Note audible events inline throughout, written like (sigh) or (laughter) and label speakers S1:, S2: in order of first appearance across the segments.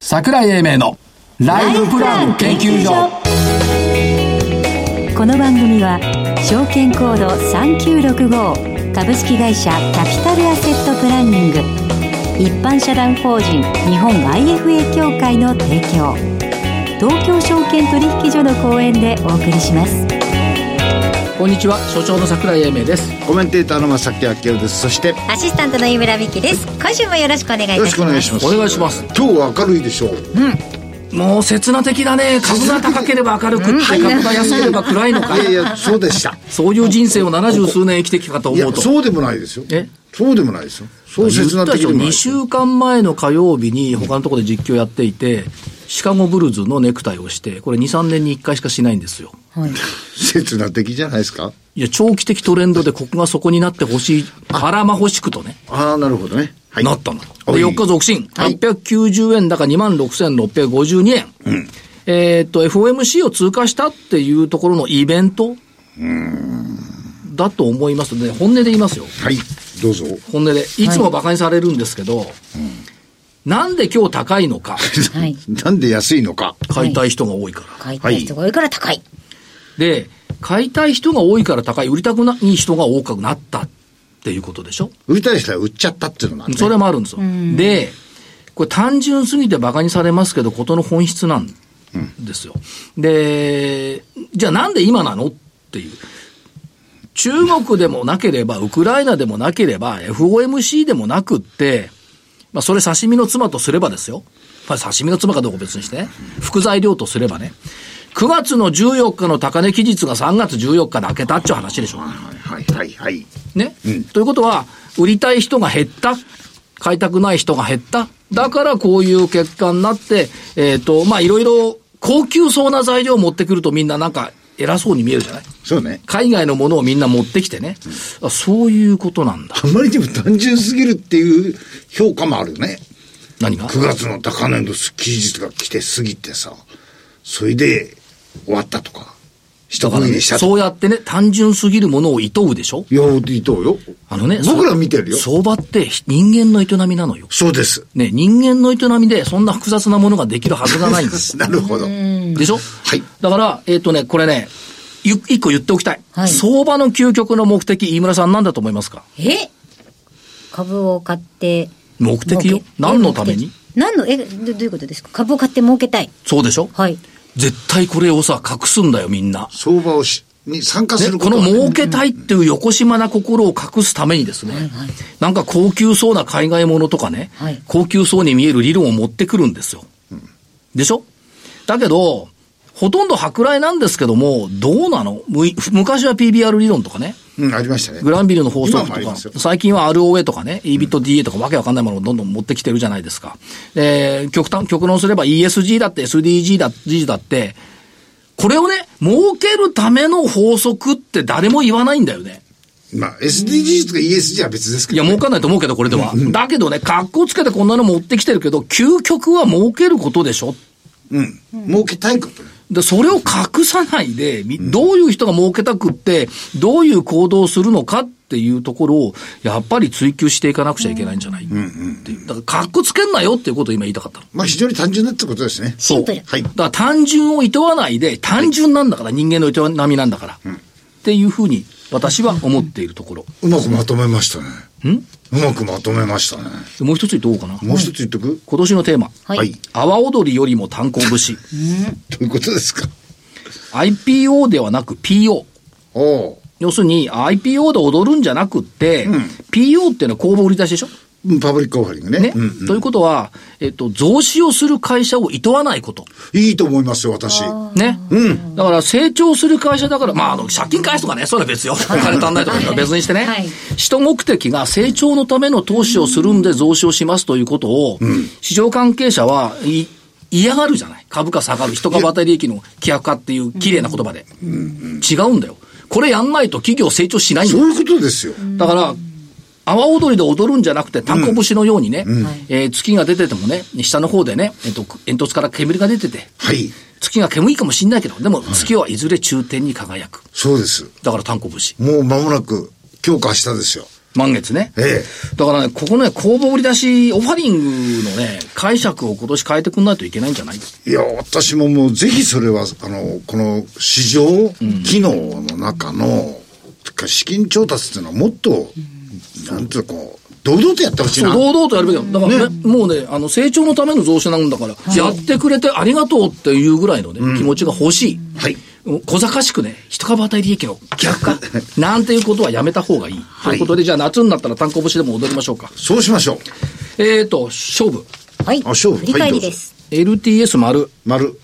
S1: 桜井英明のライフプラン研究所
S2: この番組は証券コード3965株式会社キャピタルアセットプランニング一般社団法人日本 IFA 協会の提供東京証券取引所の講演でお送りします
S3: こんにちは所長の桜井英明です
S4: コメンテーターの正木昭夫ですそしてよ
S5: アシスタントの井村美希です。今週もよろしくお願いいたします。
S4: ろしくお願いします
S3: お願いします
S4: 今日は明るいでしょう
S3: もう刹那的だね株が高ければ明るくって株が安ければ暗いのか (laughs)
S4: いやいやそうでした
S3: そういう人生を70数年生きてきたかと
S4: い
S3: 思
S4: や
S3: うと
S4: そうでもないですよ
S3: え
S4: そうでもないですよそう
S3: 言
S4: 切な
S3: った
S4: 的
S3: でし
S4: で
S3: ょ
S4: もない
S3: 2週間前の火曜日に他のところで実況やっていてシカゴブルズのネクタイをしてこれ23年に1回しかしないんですよ
S4: 切な的じゃないですか
S3: いや長期的トレンドでここがそこになってほしいからまほしくとね
S4: ああなるほどねはい
S3: なったの。
S4: お
S3: で、
S4: い
S3: 4日続伸。
S4: はい
S3: 890円高26,652円。えーっと、FOMC を通過したっていうところのイベントだと思いますので、本音で言いますよ。
S4: はいどうぞ
S3: 本音で。いつも馬鹿にされるんですけど、なんで今日高いの (laughs) か。
S5: はい。
S4: なんで安いのか
S3: 買いたい人が多いから。
S5: 買いたい人が多いから高い。
S3: で、買いたい人が多いから高い、売りたくない人が多くなったっていうことでしょ
S4: 売りたい人は売っちゃったっていうのがあるね
S3: それもあるんですよ。で、これ単純すぎて馬鹿にされますけど、ことの本質なんですよ。で、じゃあなんで今なのっていう。中国でもなければ、ウクライナでもなければ、FOMC でもなくって、まあそれ刺身の妻とすればですよ。まあ刺身の妻かどうか別にしてね。副材料とすればね。9月の14日の高値期日が3月14日で開けたっちゅう話でしょ。
S4: はいはいはい
S3: ね、ということは、売りたい人が減った。買いたくない人が減った。だからこういう結果になって、えっ、と、まあ、いろいろ高級そうな材料を持ってくるとみんななんか偉そうに見えるじゃない
S4: そうね
S3: 海外のものをみんな持ってきてね。あそういうことなんだ。
S4: あまりにも単純すぎるっていう評価もあるよね
S3: 何が
S4: 9月の高値の期日が来て過ぎてさそれで終わったとか一
S3: だから
S4: 区切
S3: ね、
S4: りしたとか
S3: そうやってね、単純すぎるものを厭うでしょ
S4: いや、伊藤よ。
S3: あのね、
S4: 僕ら見てるよ。
S3: 相場って人間の営みなのよ。
S4: そうです。
S3: ね、人間の営みでそんな複雑なものができるはずがないんです。
S4: (laughs) なるほど。
S3: でしょ
S4: い
S3: だから、えっ、とね、これね、ゆ一個言っておきたい,、
S5: はい
S3: 相場の究極の目的、飯村さんなんだと思いますか
S5: え株を買って。
S3: 目的よ
S5: 儲け
S3: 何のために
S5: え何の、え、どどういうことですか株を買って儲けたい。
S3: そうでしょ
S5: はい。
S3: 絶対これをさ、隠すんだよ、みんな。
S4: 相場をし、に参加す
S3: ね、
S4: る
S3: こ
S4: こと
S3: の
S4: はね
S3: 儲けたいっていう横島な心を隠すためにですね、なんか高級そうな海外ものとかね、
S5: はい
S3: 高級そうに見える理論を持ってくるんですよ。でしょだけど、ほとんど舶来なんですけども、どうなのむい昔は PBR 理論とかね、
S4: うん、ありましたね。
S3: グランビルの法則
S4: 今もあ
S3: と
S4: り
S3: か
S4: ますよ、
S3: 最近は ROA とかね、EBITDA とかわけわかんないものをどんどん持ってきてるじゃないですか。えー、極端、極論すれば ESG だって、SDG だ G だって、これをね、儲けるための法則って誰も言わないんだよね。
S4: まあ、SDGs とか ESG は別ですけ
S3: いや、
S4: ど、
S3: 儲かんないと思うけど、これで
S4: (laughs)
S3: は。だけどね、格好つけてこんなの持ってきてるけど、究極は儲けることでしょ
S4: うん。儲けたいことね。
S3: で、それを隠さないで、みどういう人が儲けたくって、どういう行動をするのかっていうところを、やっぱり追求していかなくちゃいけないんじゃないっていう。だから、かっこつけんなよっていうことを今言いたかったの。
S4: まあ、非常に単純だってことですね。
S5: シンプル。
S4: はい
S3: だ。から、単純を厭わないで、単純なんだから、人間の営みなんだから。っていうふうに、私は思っているところ。
S4: うまくまとめましたね。うまくまとめましたね。
S3: でもう一つ言っておこうかな。
S4: もう一つ言っとく
S3: 今年のテーマ。
S5: はい
S4: はい。
S3: 阿波踊りよりも炭鉱 (laughs) 節。
S4: どういうことですか
S3: IPO ではなく PO。
S4: おう
S3: 要するに IPO で踊るんじゃなくって、PO っていうのは公募売り出しでしょ
S4: うん。パブリックオファリングね。
S3: ね、
S4: うん
S3: ということは、えっと、増資をする会社を厭わないこと。
S4: いいと思いますよ、私。
S3: ね。だから、成長する会社だから、まあ、あの、借金返すとかね、それは (laughs) 別よ。お金足んないとかいうのは別にしてね。
S5: はい
S3: 使途目的が成長のための投資をするんで増資をしますということを、市場関係者はい嫌がるじゃない。株価下がる、人株当たり利益の規約化っていう綺麗な言葉で。違うんだよ。これやんないと企業成長しないんだよ
S4: そういうことですよ。
S3: だから、阿波踊りで踊るんじゃなくて、タコ節のようにね、えー月が出ててもね、下の方でね、えっと、煙突から煙が出てて、
S4: はい。
S3: 月が煙いかもしんないけど、でも月はいずれ中天に輝く。
S4: そうです。
S3: だから炭鉱節。
S4: もう間もなく、今日か明日ですよ。
S3: 満月ね。
S4: え
S3: だからね、ここね、公募売り出し、オファリングのね、解釈を今年変えてくんないといけないんじゃない
S4: え。いや、私ももうぜひそれは、あの、この市場機能の中の、てか資金調達っていうのはもっと、なんていうか、こう堂々とやってほしい
S3: そう、
S4: な。
S3: 堂々とやるべきだ。だからね、もうね、あの、成長のための増資なんだから、やってくれてありがとうっていうぐらいのね、気持ちが欲しい。
S4: はい。
S3: 小賢しくね、一株当たり利益の逆
S4: (laughs)
S3: 化なんていうことはやめた方がいい。ということで、じゃあ夏になったら単行節でも踊りましょうか。
S4: そうしましょう。
S3: えーと、勝負。
S5: はい。
S4: あ勝負
S5: 振り返りです。
S3: LTS 丸、
S4: 丸。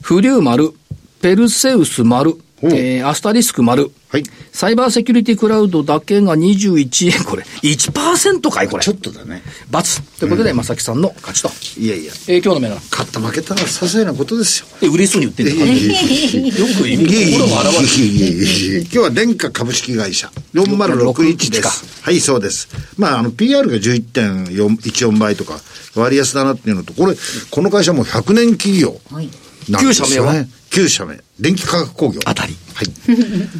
S3: フリュー丸、ペルセウス丸、
S4: おう
S3: えー、アスタリスク丸。
S4: はい
S3: サイバーセキュリティクラウドだけが21円。これ、1%かいこれ
S4: ちょ。っとだね。
S3: 罰。ということで、正木さんの勝ちと。
S4: いやいや。
S3: えー、今日の銘柄。
S4: 勝った負けたら些細なことですよ。
S3: え、売れそうに言ってんだから。 (laughs) よく
S4: い
S3: 言
S4: え
S3: う。
S4: いえ
S3: 心も現れる。
S4: いえいえいえ今日は電化株式会社4061です。はい、そうです。まあ、あの、PR が11.14倍とか、割安だなっていうのと、これ、この会社も100年企業
S5: はい。
S4: なんですよ、ね。
S3: 旧社名は
S4: ?9 社名。電気化学工業。
S3: あたり。
S4: は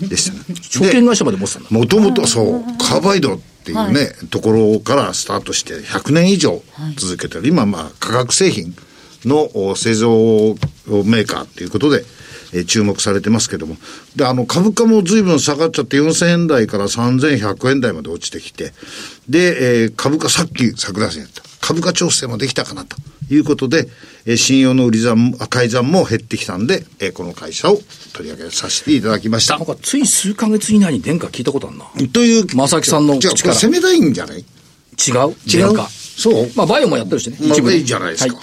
S4: い。でしたね。
S3: 証券会社まで持ってたんだ。
S4: もともとそう、カーバイドっていうね、ところからスタートして100年以上続けてる。今、まあ、化学製品のお製造メーカーということで、えー注目されてますけども。で、あの、株価も随分下がっちゃって4000円台から3100円台まで落ちてきて、で、えー株価、さっき桜井さんやった。株価調整もできたかなということで、えー信用の売り算も、あ買い算も減ってきたんで、えーこの会社を取り上げさせていただきました
S3: なん。か、つい数ヶ月以内に殿下聞いたことあるな。
S4: という。
S3: 正木さんの
S4: じゃあ、
S3: 口
S4: こ
S3: か
S4: れ
S3: ら
S4: 攻めたいんじゃない
S3: 違う殿下。
S4: そう
S3: まあ、バイオもやってるしね。
S4: まあ
S3: 一部ね
S4: いいじゃないですか
S3: は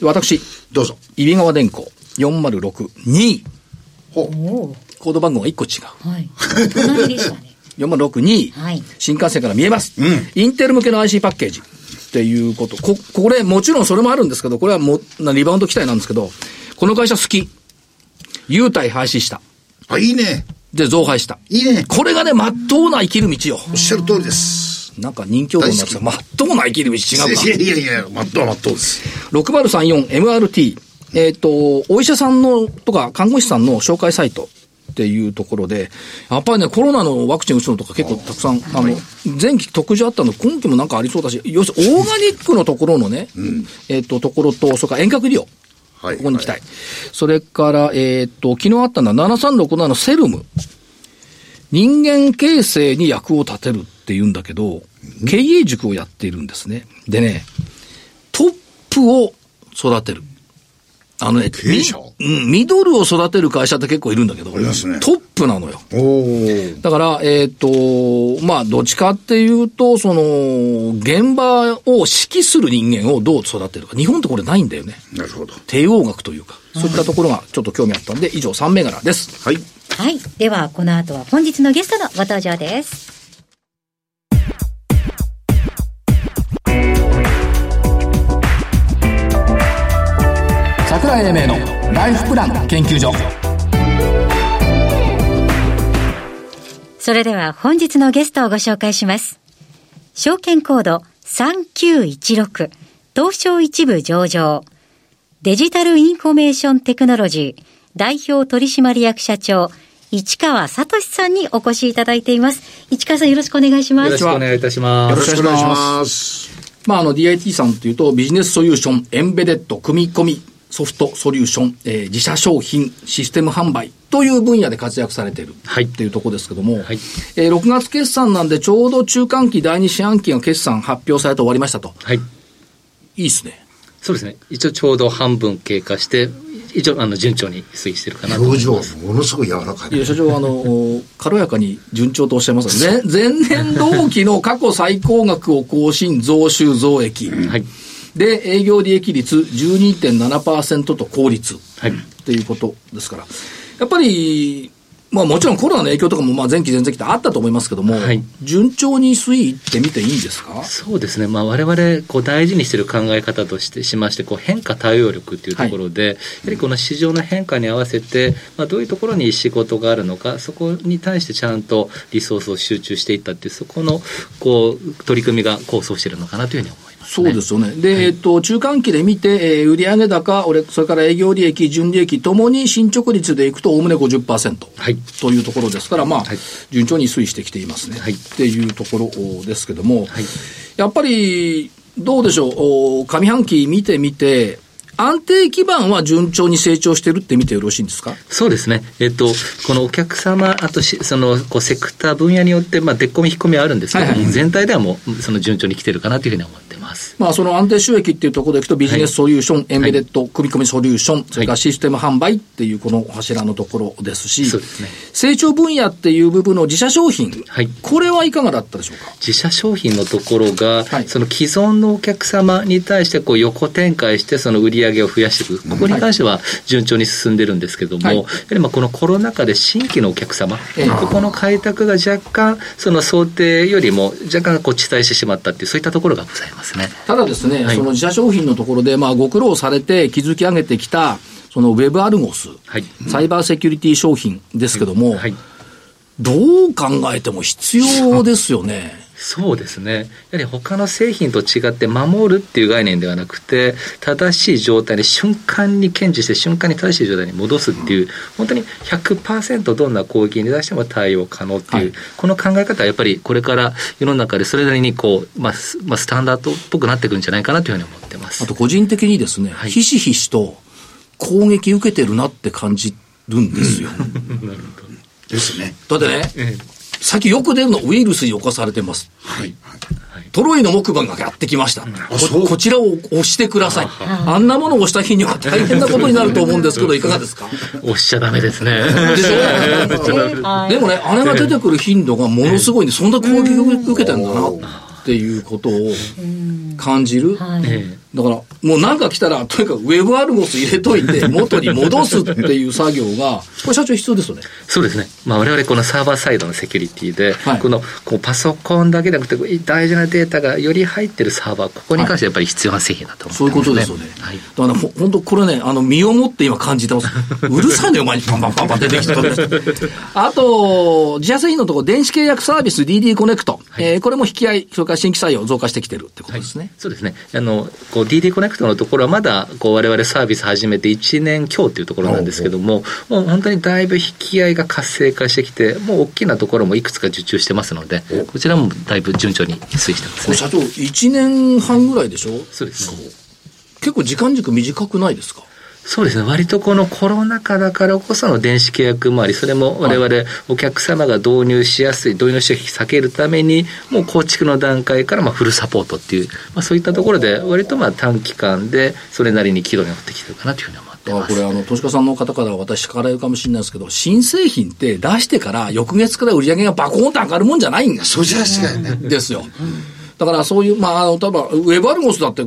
S3: で私、
S4: どうぞ。
S3: 揖斐川電工4062位。
S4: ほ
S3: コード番号が1個違う。
S5: はい。隣でしたね。
S3: 4062、
S5: はい
S3: 新幹線から見えます、インテル向けの IC パッケージっていうことここれもちろんそれもあるんですけどこれはもうなリバウンド期待なんですけどこの会社好き優待廃止した
S4: あ、いいね。
S3: で増配した
S4: いいね。
S3: これがねまっとうな生きる道よ
S4: おっしゃる通りです。
S3: なんか人気をどうなってまっとうな生きる道
S4: い
S3: 違うか
S4: やいやいや、まっとうまっとうです。
S3: 6034MRT、えっ、と、お医者さんのとか看護師さんの紹介サイトっていうところで、やっぱりね、コロナのワクチン打つのとか結構たくさん、あの、前期特需あったの、今期もなんかありそうだし、要するにオーガニックのところのね、えっ、と、ところと、それから遠隔医療。
S4: はい
S3: ここに期待。
S4: は
S3: それから、えっ、と、昨日あったのは7367のセルム。人間形成に役を立てるって言うんだけど、経営塾をやっているんですね。でね、トップを育てる。あのね、
S4: 経営者
S3: みうん、ミドルを育てる会社って結構いるんだけど、ト
S4: りますね
S3: ップなのよ。
S4: おー。
S3: だから、えっ、と、まあ、どっちかっていうと、その、現場を指揮する人間をどう育てるか。日本ってこれないんだよね。
S4: なるほど。
S3: 帝王学というか、そういったところがちょっと興味あったんで、以上3銘柄です。
S4: はい。
S5: はい。では、この後は本日のゲストのご登場です。
S1: 桜井英明のライフプラン研究所
S5: それでは本日のゲストをご紹介します。証券コード3916東証一部上場デジタルインフォメーションテクノロジー代表取締役社長市川聡さんにお越しいただいています。市川さんよろしくお願いしま
S6: よ
S5: す
S6: ろし。くお願いいたしま
S4: よろ
S6: す。
S4: しくお願いします。
S3: まあ、あの、DIT さんというと、ビジネスソリューション、エンベデッド、組み込み、ソフトソリューション、えー自社商品、システム販売という分野で活躍されている、
S6: はい
S3: っていうところですけども、
S6: はい
S3: えー6月決算なんで、ちょうど中間期、第2四半期が決算発表されて終わりましたと。
S6: はい。
S3: いいですね。
S6: そうですね。一応ちょうど半分経過して、一応あの順調に推移してるかなと思
S4: 表
S6: い
S4: 情
S6: ま
S4: は
S6: す。
S4: ものすごい柔らか
S3: いや、
S4: い。
S3: 社長、あの、お軽やかに順調とおっしゃいますね。前年同期の過去最高額を更新、増収増益。
S6: はい。
S3: で、営業利益率12.7%と効率。
S6: はい。
S3: っていうことですから、やっぱり、まあもちろんコロナの影響とかもまあ前期前々期ってあったと思いますけども、
S6: はい
S3: 順調に推移って見ていいんですか
S6: そうですね。まあ我々、こう大事にしている考え方として、しまして、こう変化対応力っていうところで、やはりこの市場の変化に合わせて、まあどういうところに仕事があるのか、そこに対してちゃんとリソースを集中していったっていう、そこの、こう、取り組みが構想しているのかなというふうに思います。
S3: そうですよね。で、えっと、中間期で見て、えー、売上高、俺、それから営業利益、純利益ともに進捗率でいくと、おおむね50%、
S6: はい
S3: というところですから、まあ、
S6: はい
S3: 順調に推移してきていますね、
S6: はい
S3: っていうところですけども、
S6: はい
S3: やっぱり、どうでしょうお、上半期見てみて、安定基盤は順調に成長してるって見てよろしいんですか
S6: そうですね。えっ、と、このお客様、あとし、その、こう、セクター分野によって、まあ、出っ込み引っ込みはあるんですけども、
S3: はいはい
S6: 全体ではもう、その順調に来てるかなというふうに思ってます。
S3: まあ、その安定収益っていうところでいくと、ビジネスソリューション、エンベレッド、組み込みソリューション、それからシステム販売っていうこの柱のところですし、
S6: そうですね
S3: 成長分野っていう部分の自社商品、
S6: はい
S3: これはいかがだったでしょうか。
S6: 自社商品のところが、
S3: はい
S6: その既存のお客様に対してこう横展開してその売り上げを増やしていくここに関しては順調に進んでるんですけども、
S3: はい
S6: やはりまあこのコロナ禍で新規のお客様、
S3: ええ
S6: ここの開拓が若干その想定よりも若干こう遅滞してしまったっていうそういったところがございますね。
S3: ただですね、
S6: はい
S3: その自社商品のところで、まあ、ご苦労されて築き上げてきた、そのウェブアルゴス、
S6: はい
S3: サイバーセキュリティ商品ですけども、
S6: はい
S3: どう考えても必要ですよね。
S6: そうですね。やはり他の製品と違って守るっていう概念ではなくて、正しい状態に瞬間に検知して瞬間に正しい状態に戻すっていう、本当に100%どんな攻撃に対しても対応可能っていう、
S3: はい
S6: この考え方はやっぱりこれから世の中でそれなりにこう、まあ、スまあ、スタンダードっぽくなってくるんじゃないかなというふうに思ってます
S3: あ。と個人的にですね、
S6: はい
S3: ひしひしと攻撃受けてるなって感じるんですよ。
S4: ですね。
S3: だってね、
S6: ええ
S3: さっきよく出るのウイルスに侵されてます。
S4: はい。
S3: トロイの木馬がやってきました。こ
S4: そう
S3: こちらを押してください。あんなものを押した日には大変なことになると思うんですけど、いかがですか
S6: おっしゃダメですね。 (laughs)
S3: でしょ
S6: めっちゃダメです
S3: でもね、あれが出てくる頻度がものすごいんで、そんな攻撃を受けてんだなっていうことを感じる。
S5: はい
S6: ええ
S3: だから、もうなんか来たら、とにかくウェブアルゴス入れといて、元に戻すっていう作業が、これ社長必要ですよね。
S6: そうですね、まあ、我々このサーバーサイドのセキュリティで、
S3: はい
S6: このこうパソコンだけじゃなくてこう大事なデータがより入ってるサーバーここに関してはやっぱり必要な製品だと思って
S3: そういうことですよね。
S6: はい
S3: だから、ほ本当これね、あの、身をもって今感じてます。うるさいのよ、前にパンパンパンパン出てきて。
S6: (laughs)
S3: あと、自社製品のところ、電子契約サービス DD コネクト。えーこれも引き合い、それから新規採用増加してきてるってことですね。
S6: そうですねあのこう DD コネクトのところはまだこう我々サービス始めて1年強というところなんですけどももう本当にだいぶ引き合いが活性化してきてもう大きなところもいくつか受注してますのでこちらもだいぶ順調に推移してます
S3: これ
S6: ね。
S3: 社長、1年半ぐらいでしょ
S6: そうですね
S3: 結構時間軸短くないですか
S6: そうですね割とこのコロナ禍だからこその電子契約もありそれも我々お客様が導入しやすい導入の消費を避けるためにもう構築の段階からまあフルサポートっていう、まあ、そういったところで割とまあ短期間でそれなりに軌道に乗ってきてるかなというふうに思って
S3: だから
S6: ま
S3: こ
S6: す
S3: れ。あの、投資家さんの方からは私から言うかもしれないですけど、新製品って出してから翌月から売り上げがバコーンと上がるもんじゃないんです
S4: そうじゃ違
S6: (laughs)
S4: いね。
S3: ですよ。だからそういう、まあ、あの、多分ウェブアルゴスだって、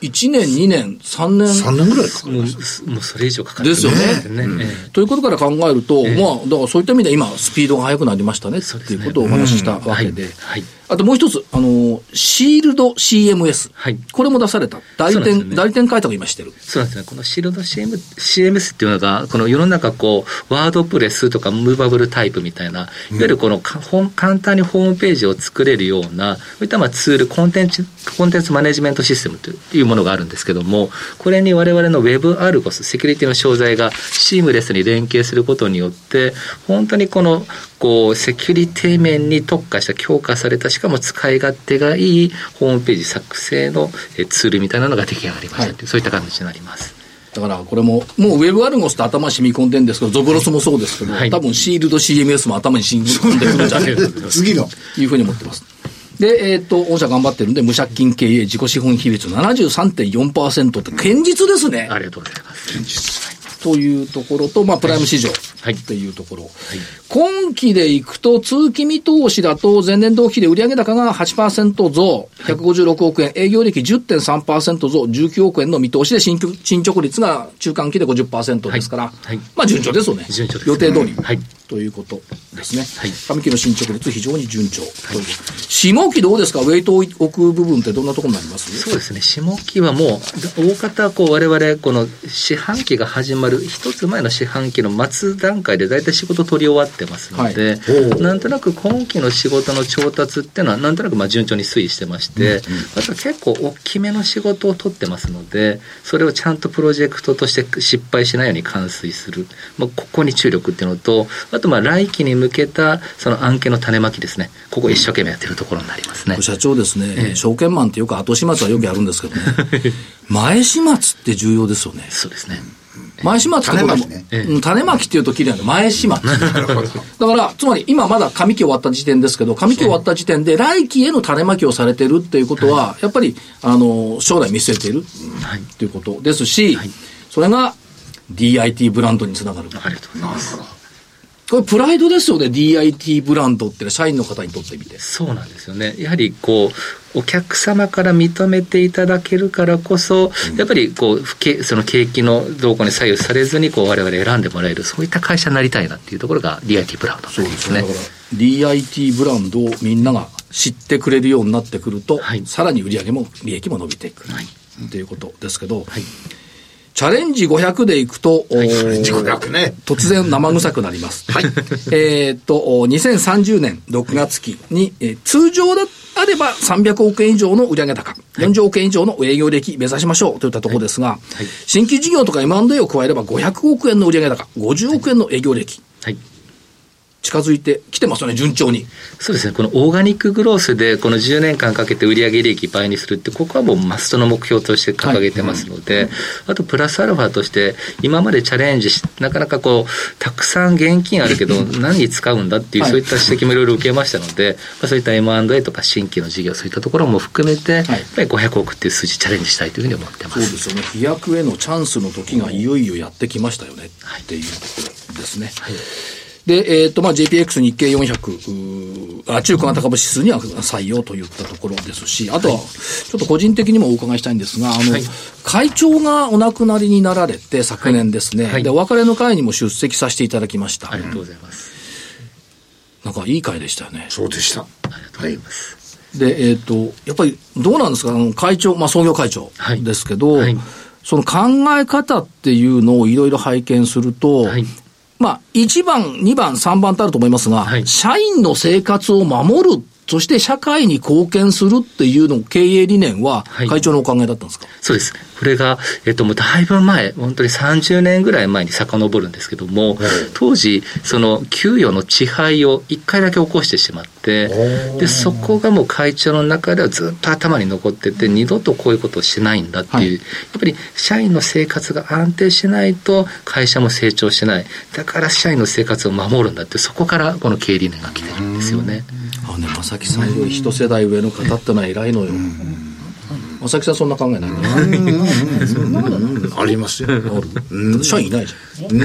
S3: 1年、2年、3年。
S4: 3年ぐらいかかる。
S6: もうすもうそれ以上かかってます
S3: です
S6: ね。ええ
S3: ということから考えると、まあ、だからそういった意味で今、スピードが速くなりましたね、
S6: そうで
S3: って
S6: す
S3: い
S6: ね
S3: うことをお話ししたわけで。
S6: うんはいはい
S3: あともう一つ、あの、シールド CMS。
S6: はい
S3: これも出された。代
S6: そうなんです
S3: 店、
S6: よね
S3: 代店開拓を今してる。
S6: そうなんですね。このシールド CM、CMS っていうのが、この世の中こう、ワードプレスとかムーバブルタイプみたいな、いわゆるこのかほん簡単にホームページを作れるような、そういったまあツール、コンテンツ、コンテンツマネジメントシステムというものがあるんですけども、これに我々の Web アルゴス、セキュリティの商材がシームレスに連携することによって、本当にこの、こう、セキュリティ面に特化した、強化された、しかも使い勝手がいいホームページ作成のえツールみたいなのが出来上がりましたっていう、そういった感じになります。
S3: だからこれも、もうウェブアルゴスと頭染み込んでるんですけど、ゾブロスもそうですけど、
S6: はい
S3: 多分シールド CMS も頭に染み込んでくるんじゃないかな
S4: (laughs) 次の。
S3: というふうに思ってます。で、えーっと、御社頑張ってるんで、無借金経営、自己資本比率73.4%って堅実ですね。
S6: ありがとうございます。
S3: というところと、まあ、プライム市場
S6: はい
S3: っていうところ。今期でいくと、通期見通しだと、前年同期で売上高が8%増、156億円、営業利益10.3%増、19億円の見通しで進捗、進捗率が中間期で50%ですから、
S6: はいはい
S3: まあ、順調ですよね。
S6: 順調です
S3: 予定通り。
S6: はい
S3: ということですね。
S6: はい
S3: 上期の進捗率非常に順調という。下期どうですかウェイトを置く部分ってどんなところになります
S6: そうですね。下期はもう、大方はこう我々、この四半期が始まるる一つ前の四半期の末段階で大体仕事取り終わってますの
S4: は
S6: で、
S4: いおう
S6: なんとなく今期の仕事の調達っていうのはなんとなくまあ順調に推移してまして、あとは結構大きめの仕事を取ってますのでそれをちゃんとプロジェクトとして失敗しないように完遂する、まあ、ここに注力っていうのとあとまあ来期に向けたその案件の種まきですねここ一生懸命やってるところになりますね。
S3: 社長ですね、証券マンってよく後始末はよくやるんですけどね、前始末って重要ですよね。
S6: そうですね、
S3: 前始末ってことは
S4: 種まきね
S3: うん種まきっていうときれいなんで、前始末。だから、つまり今まだ上期終わった時点ですけど、上期終わった時点で来期への種まきをされてるっていうことは、やっぱり、あの、将来見据えている
S6: はい
S3: っていうことですし、それが DIT ブランドにつながる。
S6: ありがとうございます
S3: これプライドですよね、DIT ブランドって、社員の方にとってみて。
S6: そうなんですよね。やはりこう、お客様から認めていただけるからこそ、やっぱりこう、不景その景気の動向に左右されずに、こう、我々選んでもらえる、そういった会社になりたいなっていうところが、リアリティブラウンドなんですね。
S3: だから DIT ブランドをみんなが知ってくれるようになってくると、
S6: はい
S3: さらに売り上げも利益も伸びていく、
S6: はい
S3: ということですけど、チャレンジ500でいくと、おー
S4: ジ500ね
S3: 突然生臭くなります。 (laughs) えーっと、お2030年6月期に、えー通常であれば300億円以上の売上高、40億円以上の営業利益目指しましょうといったところですが、新規事業とか M&A を加えれば500億円の売上高、50億円の営業利益、
S6: はい。
S3: 近づいてきてますよね、順調に。
S6: そうですね。このオーガニックグロースで、この10年間かけて売上利益倍にするって、ここはもうマストの目標として掲げてますので、あとプラスアルファとして、今までチャレンジし、なかなかこう、たくさん現金あるけど、何に使うんだっていう、
S3: はい
S6: そういった指摘もいろいろ受けましたので、まあ、そういった M&A とか新規の事業、そういったところも含めて、
S3: はい
S6: やっぱり500億っていう数字チャレンジしたいというふうに思ってま。
S3: そうですすよね。飛躍へのチャンスの時がいよいよやってきましたよね。っていうところですね。で、えっ、と、まあ、JPX 日経400、うーあ、中古型株指数には採用といったところですし、あとは、ちょっと個人的にもお伺いしたいんですが、あの、
S6: はい
S3: 会長がお亡くなりになられて昨年ですね、
S6: はい
S3: で、お別れの会にも出席させていただきました。
S6: ありがとうございます。
S3: なんかいい会でしたよね。
S4: そうでした。
S6: ありがとうございます。
S3: で、えっ、と、やっぱりどうなんですか、あの会長、まあ、創業会長
S6: はい
S3: ですけど、
S6: はい
S3: その考え方っていうのをいろいろ拝見すると、
S6: はい
S3: まあ、1番、2番、3番とあると思いますが、
S6: はい
S3: 社員の生活を守る、そして社会に貢献するっていうの経営理念は
S6: はい、
S3: 会長のお考えだったんですか、
S6: そうです。これが、えっと、もうだいぶ前、本当に30年ぐらい前に遡るんですけども、当時、その、給与の遅配を一回だけ起こしてしまって、で、そこがもう会長の中ではずっと頭に残ってて、二度とこういうことをしないんだっていう、
S3: はい
S6: やっぱり社員の生活が安定しないと、会社も成長しない。だから社員の生活を守るんだって、そこからこの経営理念が来てるんですよね。
S3: あのね、正木さんより一世代上の方ってのは偉いのよ。正木さんそんな考えないの
S4: ありますよ。
S3: 社員いないじゃん。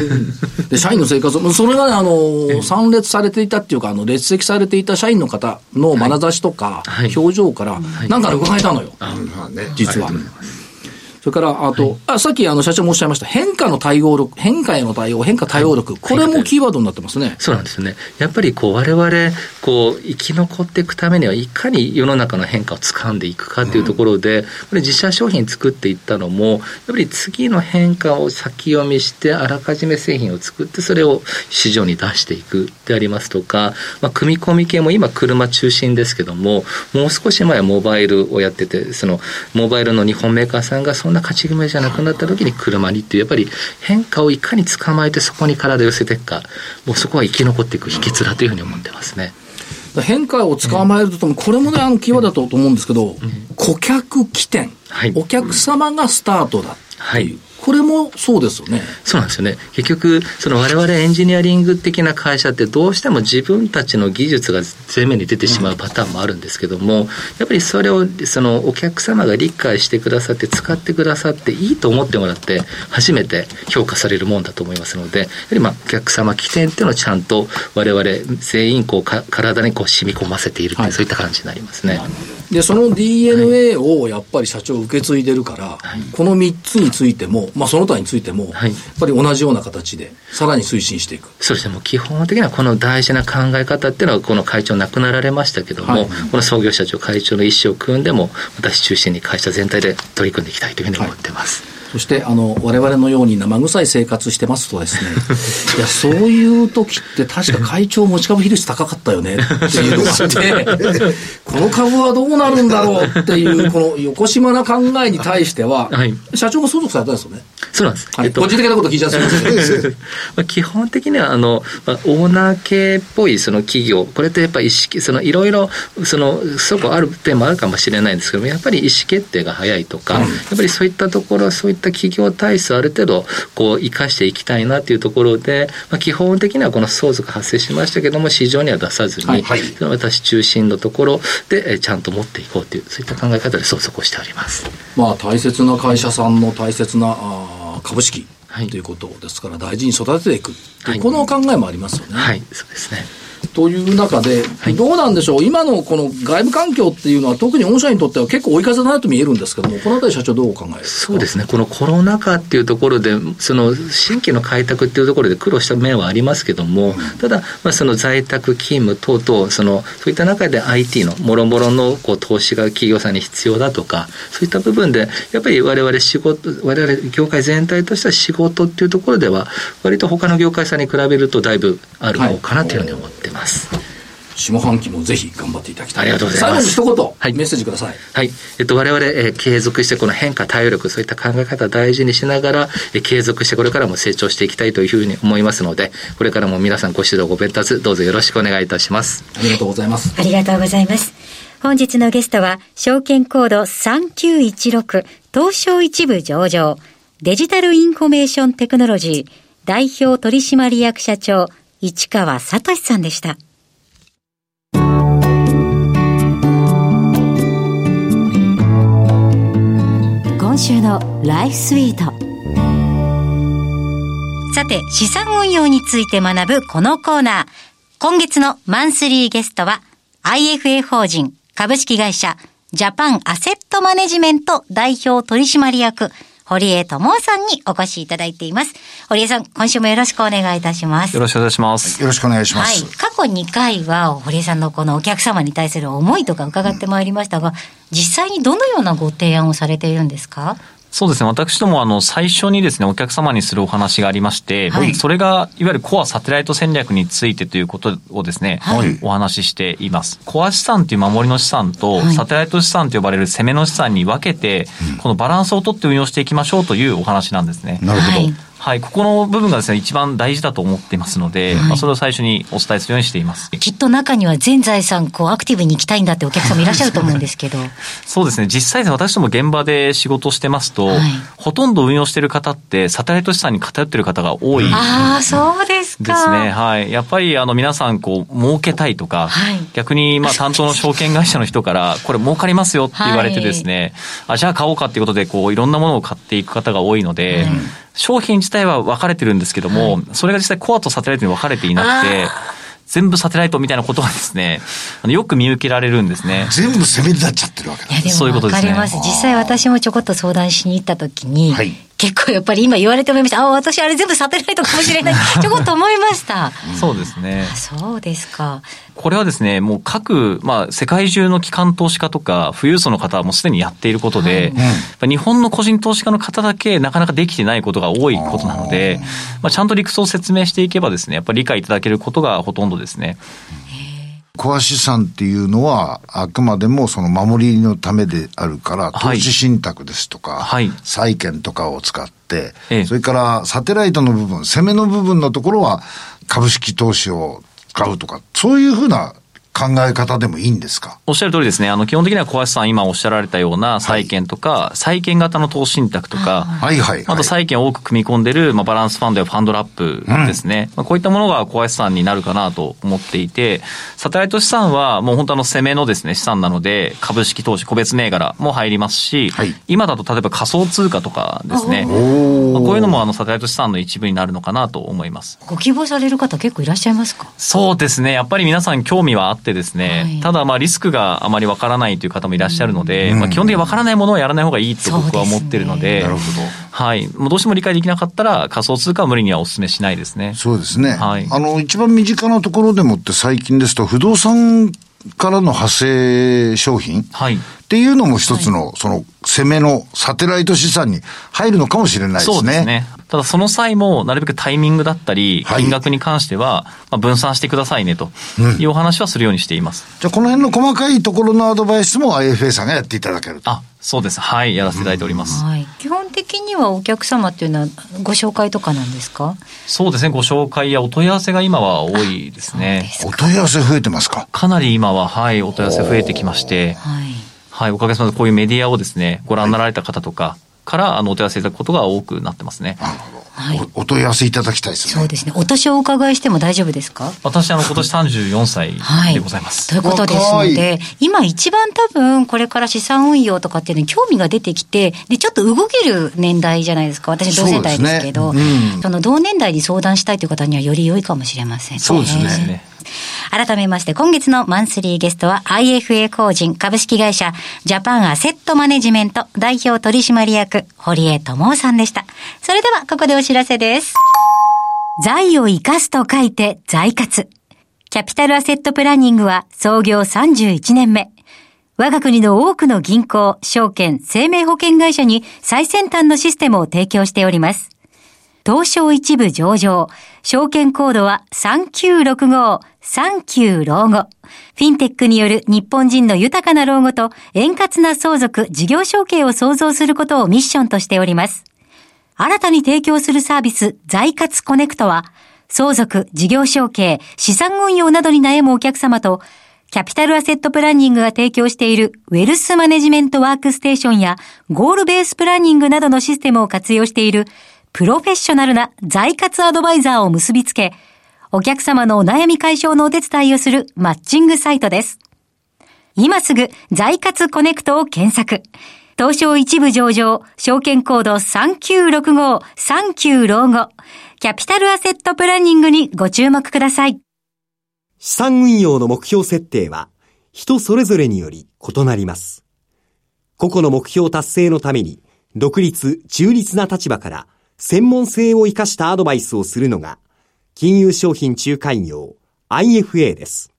S3: で、社員の生活も、それがね、あの、参列されていたっていうか、あの、列席されていた社員の方の眼差しとか
S6: はい、
S3: 表情から、なんかね伺えたのよ、
S4: まあね。
S3: 実は。それから、あと、あ、さっき、あの、社長もおっしゃいました、変化の対応力、変化への対応、変化対応力、これもキーワードになってますね。
S6: そうなんですよね。やっぱりこう我々こう生き残っていくためにはいかに世の中の変化を掴んでいくかっていうところで、これ自社商品作っていったのもやっぱり次の変化を先読みしてあらかじめ製品を作ってそれを市場に出していくでありますとか、まあ、組み込み系も今車中心ですけどももう少し前はモバイルをやっててそのモバイルの日本メーカーさんがそんな勝ち組じゃなくなった時に車にっていうやっぱり変化をいかに捕まえてそこに体を寄せていくかもうそこは生き残っていく秘訣だというふうに思ってますね。
S3: 変化を捕まえるととも、これもね、あの、キーワードだと思うんですけど、顧客起点
S6: はい、
S3: お客様がスタートだって
S6: はい
S3: いう、これもそうですよね。
S6: そうなんですよね。結局、その我々エンジニアリング的な会社ってどうしても自分たちの技術が前面に出てしまうパターンもあるんですけども、やっぱりそれをそのお客様が理解してくださって使ってくださっていいと思ってもらって初めて評価されるもんだと思いますので、やはりまあお客様起点っていうのをちゃんと我々全員こうか体にこう染み込ませているっていう、
S3: はい
S6: そういった感じになりますね。
S3: でその DNA をやっぱり社長受け継いでるから、
S6: い
S3: この3つについても、まあ、その他についても、
S6: はい
S3: やっぱり同じような形でさらに推進していく
S6: そうですね、もう基本的にはこの大事な考え方っていうのは、この会長亡くなられましたけども、
S3: はい
S6: この創業社長会長の意思を組んでも、私中心に会社全体で取り組んでいきたいというふうに思ってます。
S3: そしてあの我々のように生臭い生活してますと (laughs) ですねいやそういう時って確か会長持ち株比率高かったよねっていうのがあって (laughs) この株はどうなるんだろうっていうこの横島な考えに対しては、
S6: はい
S3: 社長が相続されたんですよね、
S6: そうなんです。
S3: はい
S6: えっと
S3: 個人的なこと聞いちゃってすいません
S6: (laughs) まあ基本的にはあの、まあ、オーナー系っぽいその企業これってやっぱ意識そのいろいろそのそこある点もあるかもしれないんですけどもやっぱり意思決定が早いとか、やっぱりそういったところそういった企業体質をある程度こう生かしていきたいなというところで、まあ、基本的にはこの相続発生しましたけども市場には出さずに、
S3: はい
S6: 私中心のところでえちゃんと持っていこうというそういった考え方で相続をしております。
S3: まあ大切な会社さんの大切なあー株式
S6: はい
S3: ということですから大事に育てていくっていう、
S6: はい
S3: この考えもありますよね。
S6: はい、そうですね。
S3: という中で、
S6: い
S3: どうなんでしょう、今のこの外部環境っていうのは、特に御社にとっては結構追い風だなと見えるんですけども、このあたり、社長、どうお考えですか
S6: そうですね、このコロナ禍っていうところで、その新規の開拓っていうところで苦労した面はありますけども、ただ、まあ、その在宅勤務等々、そのそういった中で IT のもろもろのこう投資が企業さんに必要だとか、そういった部分で、やっぱり我々仕事、我々業界全体としては仕事っていうところでは、割と他の業界さんに比べるとだいぶある方かなというふうに思ってます。
S3: 下半期もぜひ頑張っていただきたい
S6: ありがとうございます
S3: 最後に一言、
S6: はい
S3: メッセージください。
S6: はい。えっと、我々、えー継続してこの変化、対応力、そういった考え方を大事にしながら、えー継続してこれからも成長していきたいというふうに思いますので、これからも皆さんご指導、ご鞭達、どうぞよろしくお願いいたします。
S3: ありがとうございます。
S5: ありがとうございます。本日のゲストは、証券コード3916東証一部上場、デジタルインフォメーションテクノロジー代表取締役社長、市川聡さんでした。
S2: 今週のライフスイート
S5: さて、資産運用について学ぶこのコーナー。今月のマンスリーゲストは、IFA 法人株式会社ジャパンアセットマネジメント代表取締役、堀江智夫さんにお越しいただいています。堀江さん、今週もよろしくお願いいたします。
S7: よろしくお願いします。
S4: よろしくお願いしま
S5: はい
S4: す。。
S5: 過去2回は、堀江さんのこのお客様に対する思いとか伺ってまいりましたが、実際にどのようなご提案をされているんですか
S7: そうですね。私ども、あの、最初にですね、お客様にするお話がありまして、
S5: はい
S7: それが、いわゆるコアサテライト戦略についてということをですね、
S5: はい
S7: お話ししています。コア資産という守りの資産と、
S5: はい
S7: サテライト資産と呼ばれる攻めの資産に分けて、このバランスをとって運用していきましょうというお話なんですね。
S4: なるほ
S5: は
S4: ど。
S5: い
S7: はい、ここの部分がですね、一番大事だと思っていますので、まあ、それを最初にお伝えするようにしています。
S5: きっと中には全財産こうアクティブに行きたいんだってお客様いらっしゃると思うんですけど。
S7: (laughs) そうですね。実際私ども現場で仕事をしてますと、
S5: はい
S7: ほとんど運用してる方って、サテライト資産に偏ってる方が多い。
S5: ああ、そうですか。
S7: ですね。はい。やっぱり、あの、皆さん、こう、儲けたいとか、
S5: はい
S7: 逆に、まあ、担当の証券会社の人から、これ儲かりますよって言われてですね、あ、じゃあ買おうかっていうことで、こう、いろんなものを買っていく方が多いので、商品自体は分かれてるんですけども、それが実際コアとサテライトに分かれていなくて、全部サテライトみたいなことがですね、あのよく見受けられるんですね。
S4: 全部攻めになっちゃってるわけだ
S5: い。や、で
S7: そういう
S5: も
S7: こ
S5: 分か
S7: とですね
S5: ります。実際私もちょこっと相談しに行った時に、
S4: はい
S5: 結構やっぱり今言われて思いました。あ、私あれ全部サテライトかもしれ
S7: (laughs)
S5: ない。ちょこっと思いました。
S7: そうですね。
S5: あそうですか。
S7: これはですね、もう各、まあ、世界中の機関投資家とか、富裕層の方はもうすでにやっていることで、やっぱ日本の個人投資家の方だけなかなかできてないことが多いことなので、まあ、ちゃんと理屈を説明していけばですね、やっぱり理解いただけることがほとんどですね。
S4: コア資産っていうのは、あくまでもその守りのためであるから、投
S7: はい
S4: 資信託ですとか、
S7: はい
S4: 債券とかを使って、
S7: ええ
S4: それからサテライトの部分、攻めの部分のところは株式投資を買うとか、そういうふうな考え方でもいいんですか
S7: おっしゃる通りですね。あの、基本的には小橋さん今おっしゃられたような債券とか、債券型の投資信託とか、
S4: はいはい、
S7: あ
S4: はい
S7: と。債券を多く組み込んでる、まあ、バランスファンドやファンドラップですね。まあ、こういったものが小林資産になるかなと思っていて、サテライト資産はもう本当あの攻めのですね、資産なので、株式投資、個別銘柄も入りますし、
S4: はい
S7: 今だと例えば仮想通貨とかですね。まあこういうのもあのサテライト資産の一部になるのかなと思います。
S5: ご希望される方結構いらっしゃいますか
S7: そうですね。やっぱり皆さん興味はあってですね。
S5: はい
S7: ただまあリスクがあまりわからないという方もいらっしゃるので、まあ基本的にわからないものはやらない方がいいと僕は思ってるので。
S4: なるほど。
S7: はい。もうどうしても理解できなかったら仮想通貨は無理にはお勧めしないですね。
S4: そうですね。
S7: はい
S4: あの、一番身近なところでもって最近ですと、不動産からの派生商品、
S7: はい
S4: っていうのも一つの、その攻めのサテライト資産に入るのかもしれないですね。
S7: そうですね。ただその際も、なるべくタイミングだったり、
S4: はい
S7: 金額に関しては、まあ分散してくださいねというお話はするようにしています。
S4: じゃあこの辺の細かいところのアドバイスも IFA さんがやっていただけると。
S7: あ、そうです。はい、やらせていただいております。
S5: はい、基本的にはお客様っていうのはご紹介とかなんですか
S7: そうですね。ご紹介やお問い合わせが今は多いですね。
S4: お問い合わせ増えてますか
S7: かなり今は、はい、お問い合わせ増えてきまして、
S5: はい
S7: はい、おかげさまでこういうメディアをですね、ご覧になられた方とかから、あの、お問い合わせいただくことが多くなってますね。
S5: はい
S4: おお問い合わせいただきたいですね。
S5: そうですねお年をお伺いしても大丈夫ですか
S7: 私、あの、今年34歳でございます。
S5: ということですの
S4: 若
S5: で、今一番多分これから資産運用とかっていうのに興味が出てきて、で、ちょっと動ける年代じゃないですか。私同世代ですけど、
S4: そ
S5: そ,、
S4: うですねうん
S5: の同年代に相談したいという方にはより良いかもしれませんね。
S4: そうですね
S7: ですね。
S5: 改めまして、今月のマンスリーゲストは IFA 法人株式会社ジャパンアセットマネジメント代表取締役堀江智夫さんでした。それでは、ここでお知らせです。財を生かすと書いて財活。キャピタルアセットプランニングは創業31年目。我が国の多くの銀行、証券、生命保険会社に最先端のシステムを提供しております。東証一部上場。証券コードは3965、39老後。フィンテックによる日本人の豊かな老後と円滑な相続、事業承継を創造することをミッションとしております。新たに提供するサービス、財活コネクトは、相続、事業承継、資産運用などに悩むお客様と、キャピタルアセットプランニングが提供しているウェルスマネジメントワークステーションやゴールベースプランニングなどのシステムを活用しているプロフェッショナルな財活アドバイザーを結びつけ、お客様のお悩み解消のお手伝いをするマッチングサイトです。今すぐ財活コネクトを検索。東証一部上場、証券コード3965、39老後、キャピタルアセットプランニングにご注目ください。
S8: 資産運用の目標設定は人それぞれにより異なります。個々の目標達成のために独立、中立な立場から専門性を生かしたアドバイスをするのが金融商品仲介業 IFA です。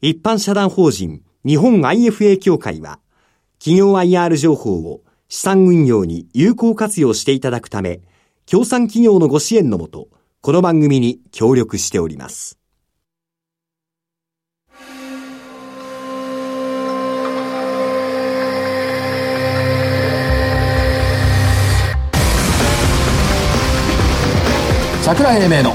S8: 一般社団法人日本 IFA 協会は企業 IR 情報を資産運用に有効活用していただくため、協賛企業のご支援のもと、この番組に協力しております。
S1: 桜井英明の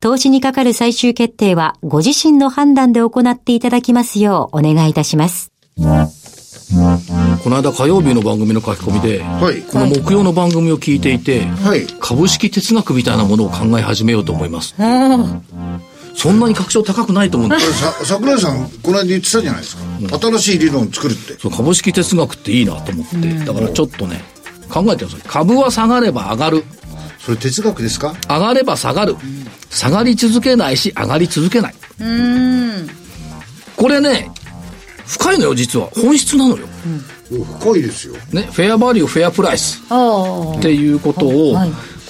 S2: 投資にかかる最終決定は、ご自身の判断で行っていただきますようお願いいたします。
S3: この間火曜日の番組の書き込みで、
S4: はい
S3: この木曜の番組を聞いていて、
S4: はい
S3: 株式哲学みたいなものを考え始めようと思います。そんなに確証高くないと思うんです。
S4: さ桜井さん、この間言ってたじゃないですか。新しい理論を作るって。
S3: そう株式哲学っていいなと思って、だからちょっとね、考えてください。株は下がれば上がる。
S4: それ哲学ですか
S3: 上がれば下がる。下がり続けないし、上がり続けない。これね、深いのよ、実は。本質なのよ。
S4: お深いですよ。
S3: ね、フェアバリュー、フェアプライス。
S5: お
S3: っていうことを、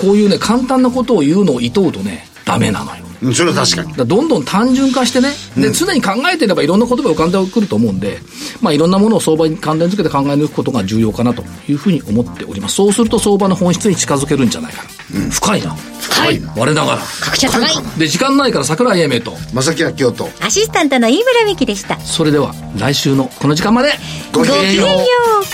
S3: こういうね簡単なことを言うのを厭うとねダメなのよ。
S4: うんそれは確かに
S3: だ。からどんどん単純化してね、で常に考えてればいろんな言葉が浮かんでくると思うんで、まあ、いろんなものを相場に関連づけて考え抜くことが重要かなというふうに思っておりますそうすると相場の本質に近づけるんじゃないかな、深いな
S4: 深いな。
S3: 我ながら
S5: 各社高い
S3: で時間ないから桜井英明と
S4: 正木明夫と。
S5: アシスタントの飯村美樹でした。
S3: それでは来週のこの時間まで
S5: ごきげんよう